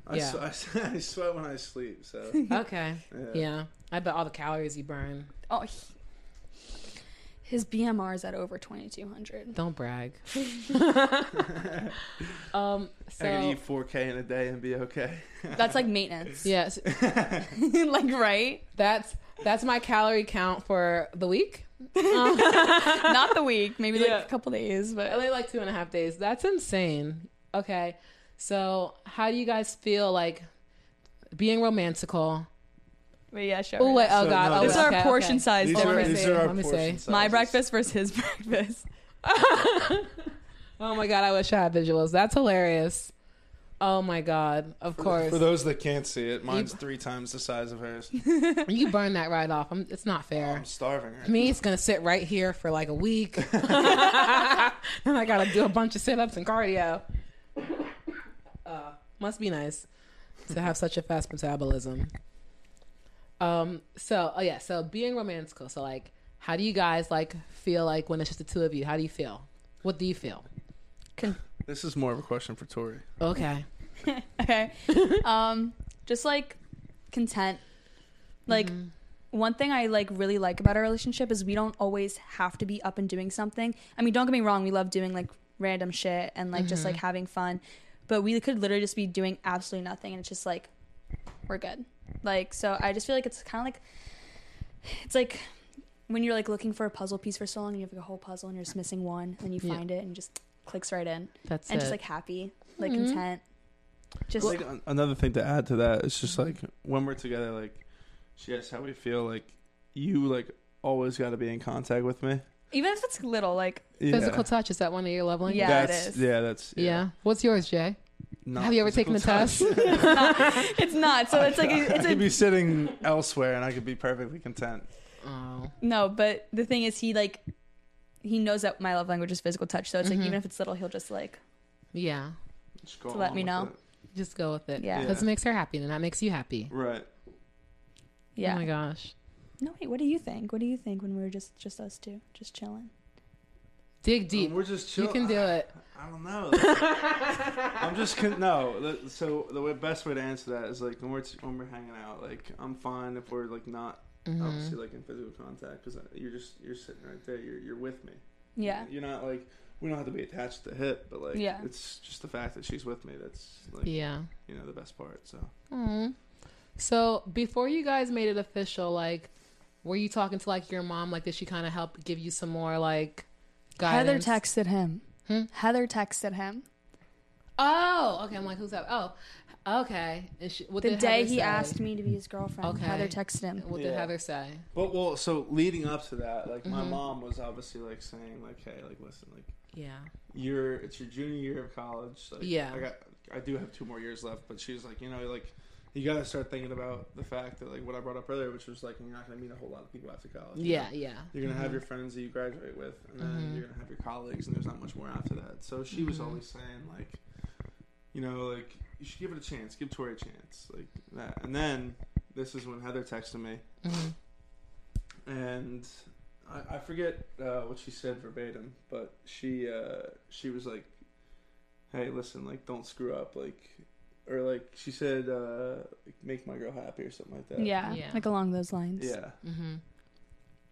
Speaker 4: Always,
Speaker 2: Yeah.
Speaker 4: I, s- I sweat when I sleep. So.
Speaker 2: Okay.
Speaker 4: Yeah.
Speaker 2: Yeah. I bet all the calories you burn.
Speaker 3: Oh, he, his BMR is at over twenty two hundred.
Speaker 2: Don't brag. um.
Speaker 4: I can
Speaker 2: So
Speaker 4: eat 4K in a day and be okay.
Speaker 3: That's like maintenance.
Speaker 2: yes,
Speaker 3: like right.
Speaker 2: that's that's my calorie count for the week. Um,
Speaker 3: not the week, maybe
Speaker 2: Yeah.
Speaker 3: like a couple days, but
Speaker 2: only like two and a half days. That's insane. Okay. So how do you guys feel like being romantical?
Speaker 3: but yeah, sure.
Speaker 2: Oh wait, oh
Speaker 4: So,
Speaker 2: god.
Speaker 4: no,
Speaker 2: oh,
Speaker 4: this
Speaker 2: wait,
Speaker 3: is our
Speaker 2: okay,
Speaker 3: portion
Speaker 2: okay.
Speaker 3: size.
Speaker 4: These
Speaker 2: let
Speaker 4: are,
Speaker 2: me
Speaker 4: these
Speaker 2: see,
Speaker 4: are our
Speaker 2: let me see.
Speaker 4: portion
Speaker 3: My
Speaker 4: sizes.
Speaker 3: breakfast versus his breakfast.
Speaker 2: Oh my god, I wish I had visuals. That's hilarious. Oh my god. Of course.
Speaker 4: For those that can't see it, mine's three times the size of hers.
Speaker 2: you burn that right off. I'm, it's not fair.
Speaker 4: I'm starving right
Speaker 2: Me, it's gonna sit right here for like a week, and I gotta do a bunch of sit-ups and cardio. Uh, must be nice to have such a fast metabolism. Um. So, oh yeah. So being romantical. So like, how do you guys like feel like when it's just the two of you? How do you feel? What do you feel?
Speaker 4: This is more of a question for Tori.
Speaker 2: Okay.
Speaker 3: okay. Um, just like content. Like one thing I like really like about our relationship is we don't always have to be up and doing something. I mean, don't get me wrong, we love doing like random shit and like just like having fun, but we could literally just be doing absolutely nothing and it's just like we're good. Like so I just feel like it's kind of like it's like when you're like looking for a puzzle piece for so long and you have like a whole puzzle and you're just missing one and you
Speaker 2: Yeah.
Speaker 3: find it and just clicks right in
Speaker 2: That's
Speaker 3: and
Speaker 2: it.
Speaker 3: just like happy, like
Speaker 2: Mhm.
Speaker 3: content. Just
Speaker 4: like an- another thing to add to that is just
Speaker 3: Mm-hmm.
Speaker 4: like when we're together, like she asks how we feel. Like you like always got to be in contact with me.
Speaker 3: even if it's little, like
Speaker 4: Yeah.
Speaker 2: Physical touch is that one of your love languages?
Speaker 3: Yeah, it
Speaker 4: that's,
Speaker 3: is.
Speaker 4: Yeah, that's
Speaker 2: Yeah. What's yours, Jay?
Speaker 4: Not
Speaker 2: Have you ever
Speaker 4: physical
Speaker 2: taken a
Speaker 4: touch.
Speaker 2: test?
Speaker 3: it's not. So it's like a,
Speaker 4: I
Speaker 3: it's
Speaker 4: could
Speaker 3: a
Speaker 4: be sitting elsewhere and I could be perfectly content.
Speaker 2: Oh.
Speaker 3: no. But the thing is, he like he knows that my love language is physical touch. So it's
Speaker 2: Mm-hmm.
Speaker 3: like even if it's little, he'll just like
Speaker 2: Yeah.
Speaker 4: Just go
Speaker 3: To let
Speaker 4: on
Speaker 3: me
Speaker 4: with
Speaker 3: know.
Speaker 4: it.
Speaker 2: Just go with it.
Speaker 3: Yeah.
Speaker 2: Because it makes her happy, and that makes you happy.
Speaker 4: Right.
Speaker 3: yeah.
Speaker 2: Oh my gosh.
Speaker 3: no wait, what do you think? What do you think when we were just just us two, just chilling?
Speaker 2: Dig
Speaker 4: Um,
Speaker 2: deep.
Speaker 4: We're just chill.
Speaker 2: you can do it.
Speaker 4: I don't know. I'm just con- no. the- So the way, best way to answer that is like when we're t- when we're hanging out. Like I'm fine if we're like not
Speaker 2: Mm-hmm.
Speaker 4: obviously like in physical contact because you're just you're sitting right there. You're you're with me.
Speaker 3: Yeah.
Speaker 4: You're not like we don't have to be attached to the hip, but like
Speaker 3: Yeah.
Speaker 4: it's just the fact that she's with me. That's like
Speaker 2: Yeah.
Speaker 4: you know the best part. So
Speaker 2: Aw. So before you guys made it official, like, were you talking to like your mom? Like, did she kind of help give you some more like guidance?
Speaker 3: Heather texted him.
Speaker 2: Hmm?
Speaker 3: Heather texted him
Speaker 2: Oh, okay. I'm like, who's that? Oh, okay. And she, what
Speaker 3: the
Speaker 2: did
Speaker 3: day
Speaker 2: Heather
Speaker 3: he
Speaker 2: say?
Speaker 3: asked me to be his girlfriend.
Speaker 2: Okay.
Speaker 3: Heather texted him.
Speaker 2: What did
Speaker 4: Yeah.
Speaker 2: Heather say?
Speaker 4: but well, so leading up to that, like
Speaker 2: Mm-hmm.
Speaker 4: my mom was obviously like saying like, hey, like listen, like
Speaker 2: Yeah.
Speaker 4: you're it's your junior year of college. Like,
Speaker 2: Yeah.
Speaker 4: I got I do have two more years left, but she's like, you know, like you gotta start thinking about the fact that like what I brought up earlier, which was like you're not gonna meet a whole lot of people after college. you
Speaker 2: Yeah.
Speaker 4: know?
Speaker 2: Yeah.
Speaker 4: You're gonna have your friends that you graduate with, and then you're gonna have your colleagues, and there's not much more after that. So she was always saying like, you know, like you should give it a chance, give Tori a chance, like that. And then this is when Heather texted me,
Speaker 2: Mhm.
Speaker 4: and I, I forget uh, what she said verbatim, but she uh, she was like, "Hey, listen, like don't screw up, like." Or like she said, uh, like, make my girl happy or something like that.
Speaker 3: Yeah,
Speaker 2: Yeah.
Speaker 3: like along those lines.
Speaker 4: Yeah.
Speaker 2: Mm-hmm.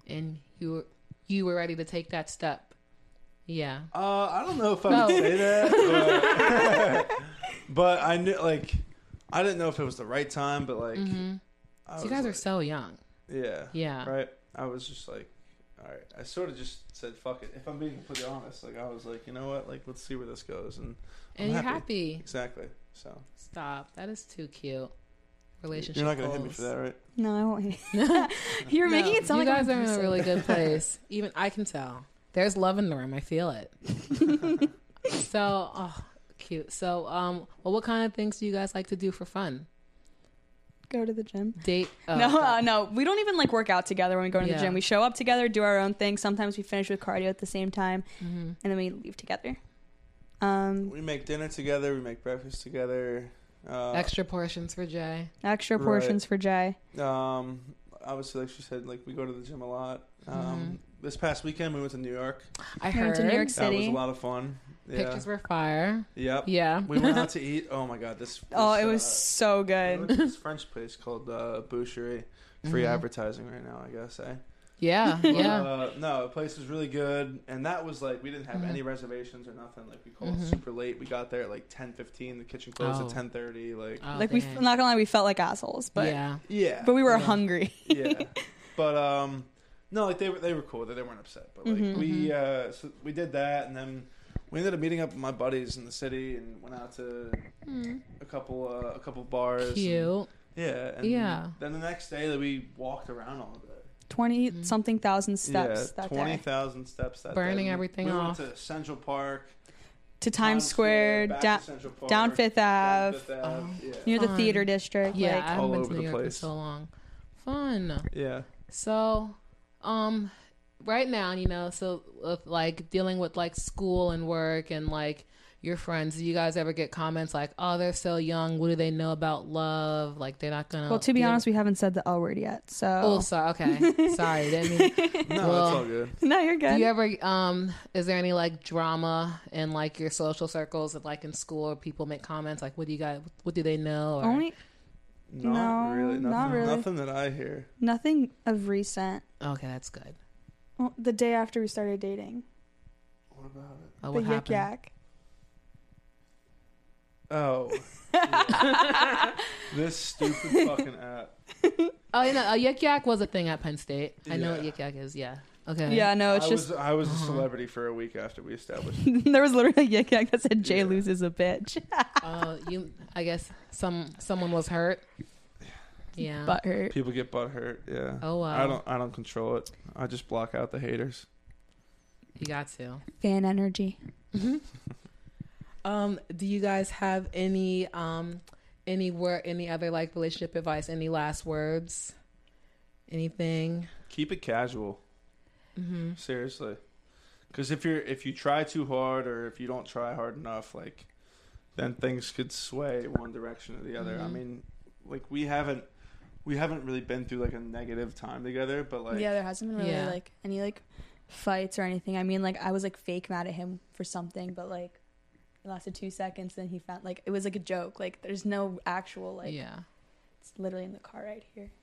Speaker 2: And you were you were ready to take that step. Yeah.
Speaker 4: Uh, I don't know if I
Speaker 2: No.
Speaker 4: would say that, but, but I knew like I didn't know if it was the right time, but like
Speaker 2: hmm
Speaker 4: I
Speaker 2: So you
Speaker 4: was
Speaker 2: guys are
Speaker 4: like-
Speaker 2: so young.
Speaker 4: yeah,
Speaker 2: Yeah.
Speaker 4: right. I was just like, all right. I sort of just said, fuck it. If I'm being completely honest, like I was like, you know what? Like let's see where this goes, and I'm
Speaker 2: And you're
Speaker 4: happy.
Speaker 2: happy.
Speaker 4: exactly. So
Speaker 2: Stop. That is too cute. relationship.
Speaker 4: You're not gonna hit me
Speaker 2: goals.
Speaker 4: for that, right?
Speaker 6: No, I won't. You're making it sound
Speaker 2: You
Speaker 6: like
Speaker 2: guys
Speaker 6: I'm
Speaker 2: are in a
Speaker 6: person.
Speaker 2: really good place. Even I can tell. There's love in the room. I feel it. so, oh, cute. So, um, well, what kind of things do you guys like to do for fun?
Speaker 6: go to the gym.
Speaker 2: Date? Oh,
Speaker 6: no,
Speaker 2: God.
Speaker 6: uh, no, we don't even like work out together when we go to
Speaker 2: Yeah.
Speaker 6: the gym. We show up together, do our own thing. Sometimes we finish with cardio at the same time,
Speaker 2: Mm-hmm.
Speaker 6: and then we leave together. Um,
Speaker 4: We make dinner together. We make breakfast together. Uh,
Speaker 2: Extra portions for Jay.
Speaker 6: extra
Speaker 4: Right.
Speaker 6: portions for Jay.
Speaker 4: Um, obviously, like she said, like we go to the gym a lot.
Speaker 2: Mm-hmm.
Speaker 4: Um, this past weekend we went to New York.
Speaker 2: I
Speaker 6: We went
Speaker 2: heard
Speaker 6: to New York
Speaker 4: That was
Speaker 6: City.
Speaker 4: a lot of fun. Yeah.
Speaker 2: pictures were fire.
Speaker 4: Yep.
Speaker 2: Yeah.
Speaker 4: We went out to eat. Oh my god, this.
Speaker 6: Oh,
Speaker 4: this,
Speaker 6: it
Speaker 4: uh,
Speaker 6: was so
Speaker 4: we
Speaker 6: good. Mm-hmm.
Speaker 4: went to this French place called uh, Boucherie. Free
Speaker 2: Mhm.
Speaker 4: advertising right now, I guess. Eh?
Speaker 2: Yeah. Yeah.
Speaker 4: Uh, no, the place was really good, and that was like we didn't have
Speaker 2: Mhm.
Speaker 6: Mm-hmm.
Speaker 4: any reservations or nothing. Like we called
Speaker 2: Mhm.
Speaker 4: super late. We got there at like ten fifteen. The kitchen closed
Speaker 2: Oh.
Speaker 4: at ten thirty. Like
Speaker 2: Oh,
Speaker 6: like we,
Speaker 2: dang.
Speaker 6: I'm not gonna lie, we felt like assholes, but
Speaker 2: yeah.
Speaker 4: yeah,
Speaker 6: Uh, but we were
Speaker 2: Yeah.
Speaker 6: hungry.
Speaker 4: yeah. But um, no, like they were they were cool. They, they weren't upset. But like
Speaker 6: Mhm.
Speaker 4: we uh, so we did that, and then we ended up meeting up with my buddies in the city and went out to
Speaker 6: Mm.
Speaker 4: a couple uh, a couple bars. and-
Speaker 2: Cute.
Speaker 4: yeah. And
Speaker 2: Yeah.
Speaker 4: Then the next day that we walked around all day.
Speaker 6: 20 something thousand steps
Speaker 4: yeah,
Speaker 6: that
Speaker 4: twenty
Speaker 6: day
Speaker 4: thousand steps. That
Speaker 2: Burning
Speaker 4: day. We-
Speaker 2: everything
Speaker 4: we
Speaker 2: off.
Speaker 4: went to Central Park,
Speaker 6: to Times Square,
Speaker 4: back to
Speaker 6: down,
Speaker 4: Central Park,
Speaker 6: down Fifth
Speaker 4: down
Speaker 6: Ave, Oh.
Speaker 4: Fifth Ave, Yeah.
Speaker 6: near the
Speaker 2: Fun.
Speaker 6: theater district.
Speaker 2: Yeah. I
Speaker 6: like,
Speaker 2: haven't
Speaker 4: all
Speaker 2: been
Speaker 4: over
Speaker 2: to New
Speaker 4: the
Speaker 2: York in
Speaker 4: place.
Speaker 2: so long. Fun.
Speaker 4: Yeah.
Speaker 2: So, um, right now, you know, so with, like dealing with like school and work and like your friends, do you guys ever get comments like, "Oh, they're so young. What do they know about love? Like, they're not gonna."
Speaker 6: well, to be honest, we haven't said the L word yet,
Speaker 2: oh,
Speaker 6: so
Speaker 2: sorry. Okay, sorry. Didn't mean-
Speaker 4: No,
Speaker 2: Well,
Speaker 4: it's all good.
Speaker 6: no, you're good.
Speaker 2: do you ever? Um, is there any like drama in like your social circles, and like in school, or people make comments like, "What do you guys? What do they know?" Or,
Speaker 6: Only
Speaker 4: Not
Speaker 6: no,
Speaker 4: really. Nothing,
Speaker 6: not really.
Speaker 4: Nothing that I hear.
Speaker 6: nothing of recent.
Speaker 2: okay, that's good.
Speaker 6: Well, the day after we started dating,
Speaker 4: What about it?
Speaker 2: Oh,
Speaker 6: the
Speaker 2: what
Speaker 6: yik
Speaker 2: happened?
Speaker 6: yak.
Speaker 4: Oh. Yeah. this stupid fucking app.
Speaker 2: Oh, you know, a yik yak was a thing at Penn State. I know what
Speaker 4: Yeah.
Speaker 2: yik yak is. Yeah. Okay.
Speaker 6: Yeah, no, it's
Speaker 4: I
Speaker 6: just
Speaker 4: was I was a celebrity for a week after we established.
Speaker 6: there was literally a yik yak that said Jay
Speaker 4: Yeah.
Speaker 6: loses a bitch,
Speaker 2: Oh, you. I guess some someone was hurt. Yeah.
Speaker 6: but her.
Speaker 4: People get butt hurt. Yeah.
Speaker 2: oh wow.
Speaker 4: I don't I don't control it. I just block out the haters.
Speaker 2: You got to.
Speaker 3: Fan energy.
Speaker 2: Mm-hmm. Um. Do you guys have any um any word any other like relationship advice? Any last words? Anything?
Speaker 4: Keep it casual.
Speaker 2: Mm-hmm.
Speaker 4: Seriously. Cuz if you're if you try too hard or if you don't try hard enough like then things could sway one direction or the other. I
Speaker 2: Mhm.
Speaker 4: mean, like we haven't we haven't really been through like a negative time together, but like
Speaker 3: yeah, there hasn't been really
Speaker 2: Yeah.
Speaker 3: like any like fights or anything. I mean, like I was like fake mad at him for something, but like it lasted two seconds. Then he found like it was like a joke. Like there's no actual like
Speaker 2: yeah.
Speaker 3: it's literally in the car right here.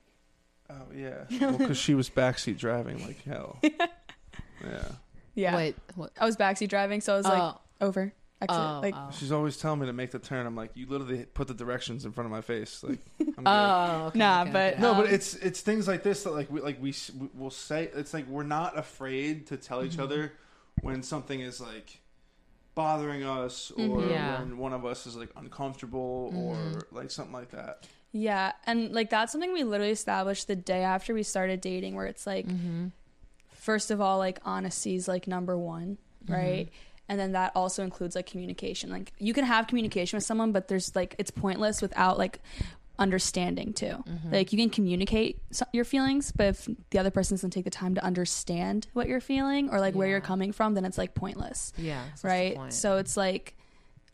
Speaker 4: Oh yeah, because she was backseat driving like hell. yeah,
Speaker 3: Yeah,
Speaker 2: Wait. What?
Speaker 3: I was backseat driving, so I was like
Speaker 2: oh.
Speaker 3: over exit.
Speaker 2: Oh.
Speaker 3: like
Speaker 2: oh.
Speaker 4: she's always telling me to make the turn. I'm like, you literally put the directions in front of my face. Like, I'm good.
Speaker 2: Oh, okay,
Speaker 6: Nah,
Speaker 2: okay,
Speaker 6: but-
Speaker 2: okay.
Speaker 4: no, but
Speaker 6: Um,
Speaker 4: it's it's things like this that like we like we s- we- we'll say. It's like we're not afraid to tell
Speaker 2: Mm-hmm.
Speaker 4: each other when something is like bothering us or
Speaker 2: Mhm. Yeah. Mm-hmm.
Speaker 4: when one of us is like uncomfortable or like something like that.
Speaker 3: yeah, and like that's something we literally established the day after we started dating, where it's like
Speaker 2: mm-hmm.
Speaker 3: first of all, like honesty is like number one, right? And then that also includes like communication. Like you can have communication with someone, but there's like it's pointless without like understanding too. Like you can communicate so- your feelings, but if the other person doesn't take the time to understand what you're feeling or like where you're
Speaker 2: Yeah.
Speaker 3: coming from, then it's like pointless,
Speaker 2: yeah. so that's the
Speaker 3: right?
Speaker 2: point. Mm-hmm.
Speaker 3: So it's like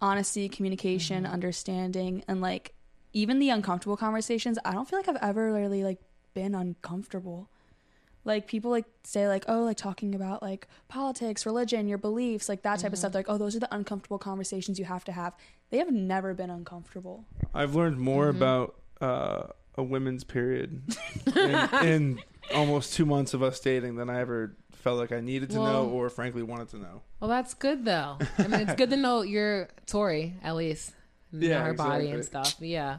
Speaker 3: honesty, communication, understanding, and like even the uncomfortable conversations. I don't feel like I've ever really like been uncomfortable like people like say like oh like talking about like politics religion your beliefs like that type
Speaker 2: Mm-hmm.
Speaker 3: of stuff They're like oh those are the uncomfortable conversations you have to have they have never been uncomfortable
Speaker 4: I've learned more
Speaker 2: Mm-hmm.
Speaker 4: about uh, a women's period in, in almost two months of us dating than I ever felt like I needed to know
Speaker 2: Well-
Speaker 4: or frankly wanted to know.
Speaker 2: Well, that's good though. I mean, it's good to know you're Tori at least. Yeah,
Speaker 4: Yeah,
Speaker 2: her body and
Speaker 4: exactly.
Speaker 2: stuff. Yeah,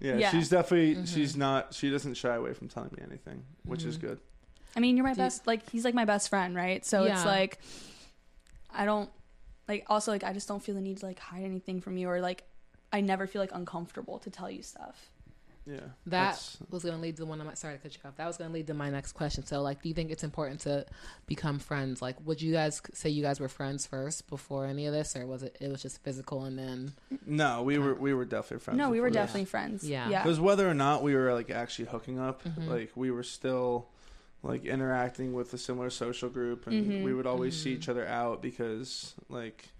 Speaker 4: Yeah,
Speaker 3: Yeah. Mm-hmm.
Speaker 4: she's definitely she's not she doesn't shy away from telling me anything, which is
Speaker 2: Mhm.
Speaker 4: good.
Speaker 3: i mean you're my
Speaker 2: Do you-
Speaker 3: best like he's like my best friend right so
Speaker 2: Yeah.
Speaker 3: it's like i don't like also like i just don't feel the need to like hide anything from you or like i never feel like uncomfortable to tell you stuff
Speaker 4: Yeah.
Speaker 2: That
Speaker 4: that's-
Speaker 2: was going to lead to the one I'm sorry to cut you off. That was going to lead to my next question. So, like, do you think it's important to become friends? Like, would you guys say you guys were friends first before any of this, or was it it was just physical and then?
Speaker 4: No, we were we were definitely friends.
Speaker 3: no, we were
Speaker 4: before this.
Speaker 3: definitely
Speaker 2: Yeah.
Speaker 3: friends. yeah. Mm-hmm.
Speaker 4: Because whether or not we were like actually hooking up,
Speaker 2: Mhm.
Speaker 4: like we were still like interacting with a similar social group, and
Speaker 3: Mhm.
Speaker 4: we would always see
Speaker 2: Mhm.
Speaker 4: each other out because like.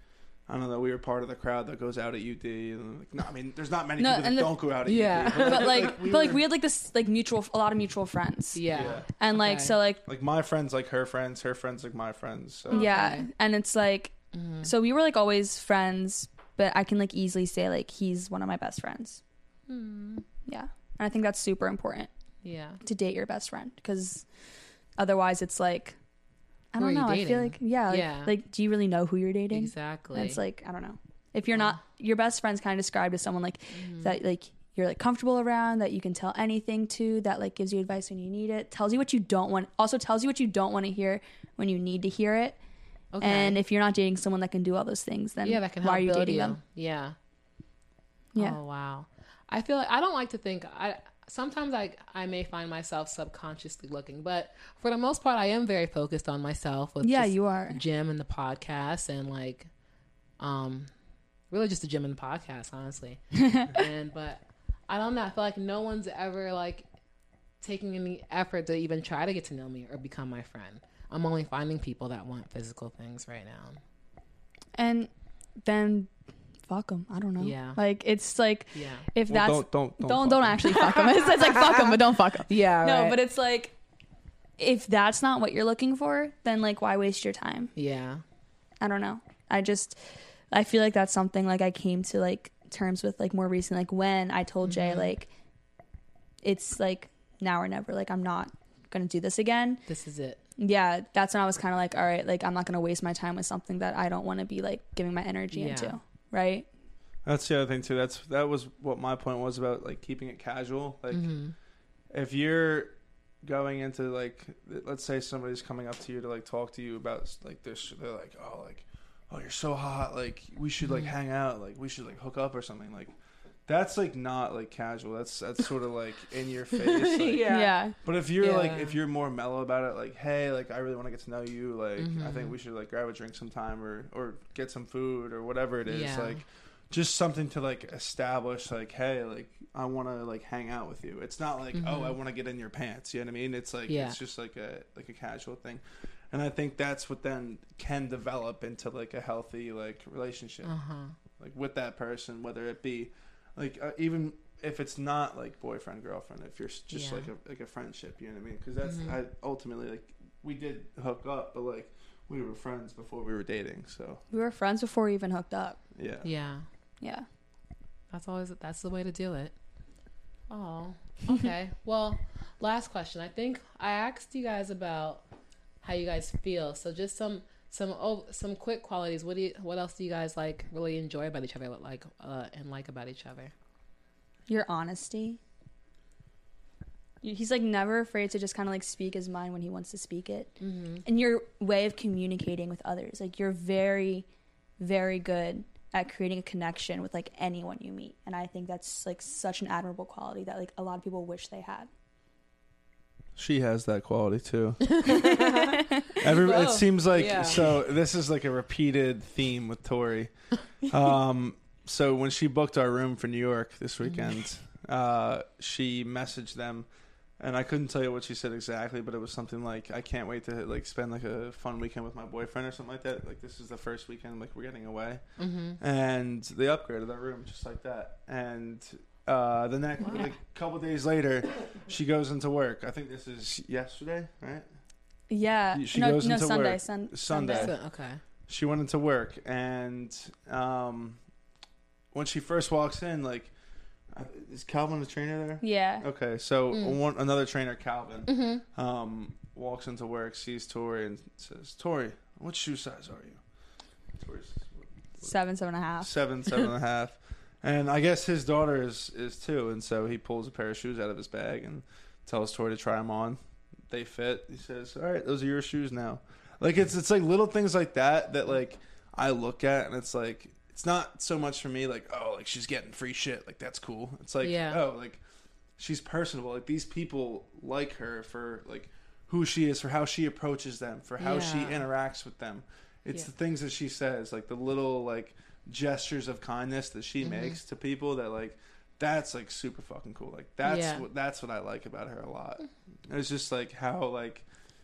Speaker 4: I don't know. We were part of the crowd that goes out at UD, and like, no, I mean, there's not many
Speaker 3: No,
Speaker 4: people that
Speaker 3: and the-
Speaker 4: don't go out at
Speaker 2: Yeah.
Speaker 4: UD.
Speaker 3: but like,
Speaker 4: we
Speaker 3: but like
Speaker 4: were-
Speaker 3: we had like this like mutual a lot of mutual friends
Speaker 2: Yeah.
Speaker 4: Yeah.
Speaker 3: and like
Speaker 2: Okay.
Speaker 3: so like
Speaker 4: like my friends like her friends, her friends like my friends. So.
Speaker 3: yeah
Speaker 2: Okay.
Speaker 3: and it's like
Speaker 2: Mhm.
Speaker 3: so we were like always friends but i can like easily say like he's one of my best friends
Speaker 2: Hmm.
Speaker 3: yeah and i think that's super important
Speaker 2: Yeah.
Speaker 3: to date your best friend because otherwise it's like i
Speaker 2: Who
Speaker 3: don't
Speaker 2: are you
Speaker 3: know i feel
Speaker 2: dating?
Speaker 3: like yeah like,
Speaker 2: Yeah.
Speaker 3: like do you really know who you're dating
Speaker 2: Exactly.
Speaker 3: And it's like i don't know if you're not your best friend's kind of described as someone like
Speaker 2: Mm-hmm.
Speaker 3: that like you're like comfortable around that you can tell anything to that like gives you advice when you need it tells you what you don't want also tells you what you don't want to hear when you need to hear it
Speaker 2: okay.
Speaker 3: and if you're not dating someone that can do all those things then
Speaker 2: yeah, that can help
Speaker 3: why are you
Speaker 2: build
Speaker 3: dating
Speaker 2: you.
Speaker 3: them
Speaker 2: Yeah.
Speaker 3: yeah
Speaker 2: Oh wow. I feel like I don't like to think I sometimes I I may find myself subconsciously looking, but for the most part I am very focused on myself with
Speaker 3: yeah
Speaker 2: just
Speaker 3: you are
Speaker 2: gym and the podcast and like um really just the gym and the podcast, honestly. and but I don't know, I feel like no one's ever like taking any effort to even try to get to know me or become my friend. I'm only finding people that want physical things right now.
Speaker 3: and then fuck them i don't know
Speaker 2: Yeah.
Speaker 3: like it's like
Speaker 2: Yeah.
Speaker 3: if
Speaker 4: Well,
Speaker 3: that's
Speaker 4: don't don't
Speaker 3: don't
Speaker 4: don't
Speaker 3: don't
Speaker 4: fuck them.
Speaker 3: actually fuck them. It's, it's like fuck them, but don't fuck them.
Speaker 2: Yeah.
Speaker 3: No, but it's like if that's not what you're looking for, then like why waste your time?
Speaker 2: yeah.
Speaker 3: I don't know. I just I feel like that's something like I came to like terms with like more recently, like when I told Jay like it's like now or never. Like I'm not gonna do this again.
Speaker 2: This is it.
Speaker 3: Yeah, that's when I was kind of like, all right, like I'm not gonna waste my time with something that I don't want to be like giving my energy
Speaker 2: Yeah.
Speaker 3: into, right?
Speaker 4: That's the other thing too. That's that was what my point was about like keeping it casual. Like
Speaker 2: Mhm.
Speaker 4: if you're going into like th- let's say somebody's coming up to you to like talk to you about like this they're like oh like oh you're so hot like we should like hang out like we should like hook up or something like that's like not like casual that's that's sort of like in your face like-
Speaker 2: Yeah.
Speaker 3: yeah.
Speaker 4: but if you're like
Speaker 2: Yeah.
Speaker 4: if you're more mellow about it like hey like i really want to get to know you like i think
Speaker 2: Mhm.
Speaker 4: we should like grab a drink sometime or or get some food or whatever it is
Speaker 2: Yeah.
Speaker 4: like just something to like establish like hey like i want to like hang out with you it's not like oh i want to get in your pants you know what i mean it's like
Speaker 2: Mm-hmm. Yeah.
Speaker 4: it's just like a like a casual thing and i think that's what then can develop into like a healthy like relationship
Speaker 2: Uh huh.
Speaker 4: like with that person whether it be like uh, even if it's not like boyfriend girlfriend if you're s- just
Speaker 2: Yeah.
Speaker 4: like a like a friendship you know what i mean because that's I, ultimately like we did hook up but like we were friends before we were dating so
Speaker 3: We were friends before we even hooked up.
Speaker 4: yeah
Speaker 2: Yeah.
Speaker 3: Yeah.
Speaker 2: That's always that's the way to do it. Oh. Okay. well, last question. I think I asked you guys about how you guys feel. So just some some oh, some quick qualities. What do you, what else do you guys like really enjoy about each other? What like uh, and like about each other?
Speaker 3: Your honesty. He's like never afraid to just kind of like speak his mind when he wants to speak it.
Speaker 2: Mm-hmm.
Speaker 3: And your way of communicating with others. Like you're very, very good at creating a connection with like anyone you meet. And I think that's like such an admirable quality that like a lot of people wish they had.
Speaker 4: she has that quality too Every,
Speaker 2: Well,
Speaker 4: it seems like
Speaker 2: yeah.
Speaker 4: so this is like a repeated theme with tori um so when she booked our room for new york this
Speaker 2: Mm-hmm.
Speaker 4: weekend uh she messaged them and i couldn't tell you what she said exactly but it was something like i can't wait to like spend like a fun weekend with my boyfriend or something like that like this is the first weekend like we're getting away
Speaker 2: Mm-hmm.
Speaker 4: and they upgraded our room just like that. And uh, the next like couple days later, she goes into work. I think this is yesterday, right?
Speaker 3: Yeah.
Speaker 4: She
Speaker 3: no,
Speaker 4: goes
Speaker 3: no,
Speaker 4: into
Speaker 3: Sunday,
Speaker 4: work.
Speaker 3: Sun-
Speaker 4: Sunday.
Speaker 2: So, okay.
Speaker 4: She went into work, and um, when she first walks in, like, uh, is Calvin the trainer there?
Speaker 3: Yeah.
Speaker 4: Okay, so
Speaker 2: Mm.
Speaker 4: one another trainer, Calvin,
Speaker 2: Mm-hmm.
Speaker 4: um, walks into work, sees Tori, and says, "Tori, what shoe size are you?" Tori's
Speaker 3: Seven, seven and a half.
Speaker 4: seven, seven and a half. And I guess his daughter is is two, and so he pulls a pair of shoes out of his bag and tells Tori to try them on. They fit. He says, "All right, those are your shoes now." Like it's it's like little things like that that like I look at, and it's like it's not so much for me like oh like she's getting free shit like that's cool. It's like
Speaker 2: Yeah.
Speaker 4: oh like she's personable. Like these people like her for like who she is, for how she approaches them, for how she
Speaker 2: Yeah.
Speaker 4: interacts with them. It's
Speaker 2: Yeah.
Speaker 4: the things that she says, like the little like gestures of kindness that
Speaker 2: Mm-hmm.
Speaker 4: she makes to people that like that's like super fucking cool. Like that's
Speaker 2: Yeah. Mm-hmm.
Speaker 4: what that's what I like about her a lot. It's just like how like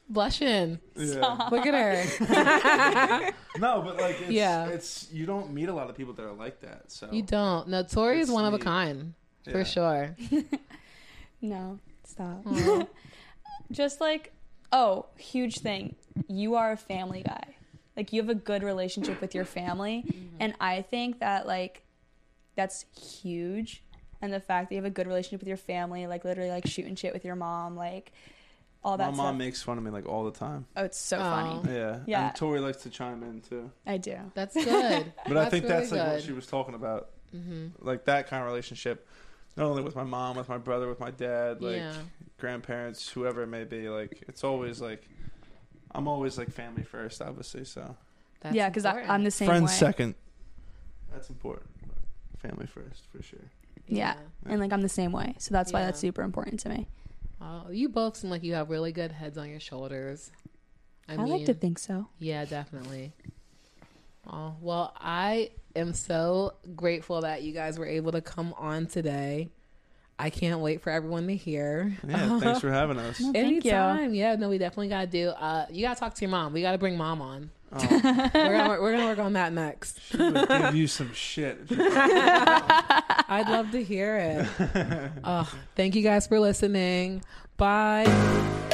Speaker 2: Blushing.
Speaker 4: yeah.
Speaker 2: Look at her.
Speaker 4: no, but like it's,
Speaker 2: Yeah.
Speaker 4: it's you don't meet a lot of people that are like that. So
Speaker 2: You don't. No, Tori is
Speaker 4: It's
Speaker 2: one of a
Speaker 4: neat.
Speaker 2: kind.
Speaker 4: Yeah.
Speaker 2: For sure.
Speaker 6: No, stop.
Speaker 2: Aw.
Speaker 6: Just like, oh, huge thing. You are a family guy.
Speaker 3: like you have a good relationship with your family
Speaker 2: Mm-hmm.
Speaker 3: and i think that like that's huge and the fact that you have a good relationship with your family like literally like shooting shit with your mom like all
Speaker 4: My
Speaker 3: that
Speaker 4: mom
Speaker 3: stuff
Speaker 4: makes fun of me like all the time.
Speaker 3: oh it's so
Speaker 2: Oh.
Speaker 3: funny
Speaker 4: Yeah.
Speaker 3: Yeah.
Speaker 4: And Tori likes to chime in too.
Speaker 3: i do
Speaker 2: That's good.
Speaker 4: But I
Speaker 2: That's
Speaker 4: think that's
Speaker 2: really
Speaker 4: like what
Speaker 2: good.
Speaker 4: she was talking about.
Speaker 2: mm-hmm.
Speaker 4: Like that kind of relationship. Not only with my mom, with my brother, with my dad, like
Speaker 2: Yeah.
Speaker 4: grandparents, whoever it may be, like it's always like I'm always like family first, obviously, so
Speaker 2: That's
Speaker 3: yeah because
Speaker 2: important.
Speaker 3: i'm the same
Speaker 4: friends
Speaker 3: way
Speaker 4: second. That's important. but Family first for sure.
Speaker 3: yeah. and like i'm the same way so that's why
Speaker 2: Yeah.
Speaker 3: that's super important to me
Speaker 2: Oh, you both seem like you have really good heads on your shoulders. I,
Speaker 3: i,
Speaker 2: mean,
Speaker 3: like to think so
Speaker 2: yeah, definitely. Oh, well, I am so grateful that you guys were able to come on today. I can't wait for everyone to hear.
Speaker 4: Yeah, thanks for having us.
Speaker 3: No, thank you
Speaker 2: Anytime. Yeah, no, we definitely got to do. Uh, you got to talk to your mom. We got to bring mom on. we're going to we're gonna work on that next.
Speaker 4: She would Oh, give you some shit. if you-
Speaker 2: I'd love to hear it. Oh, thank you guys for listening. Bye.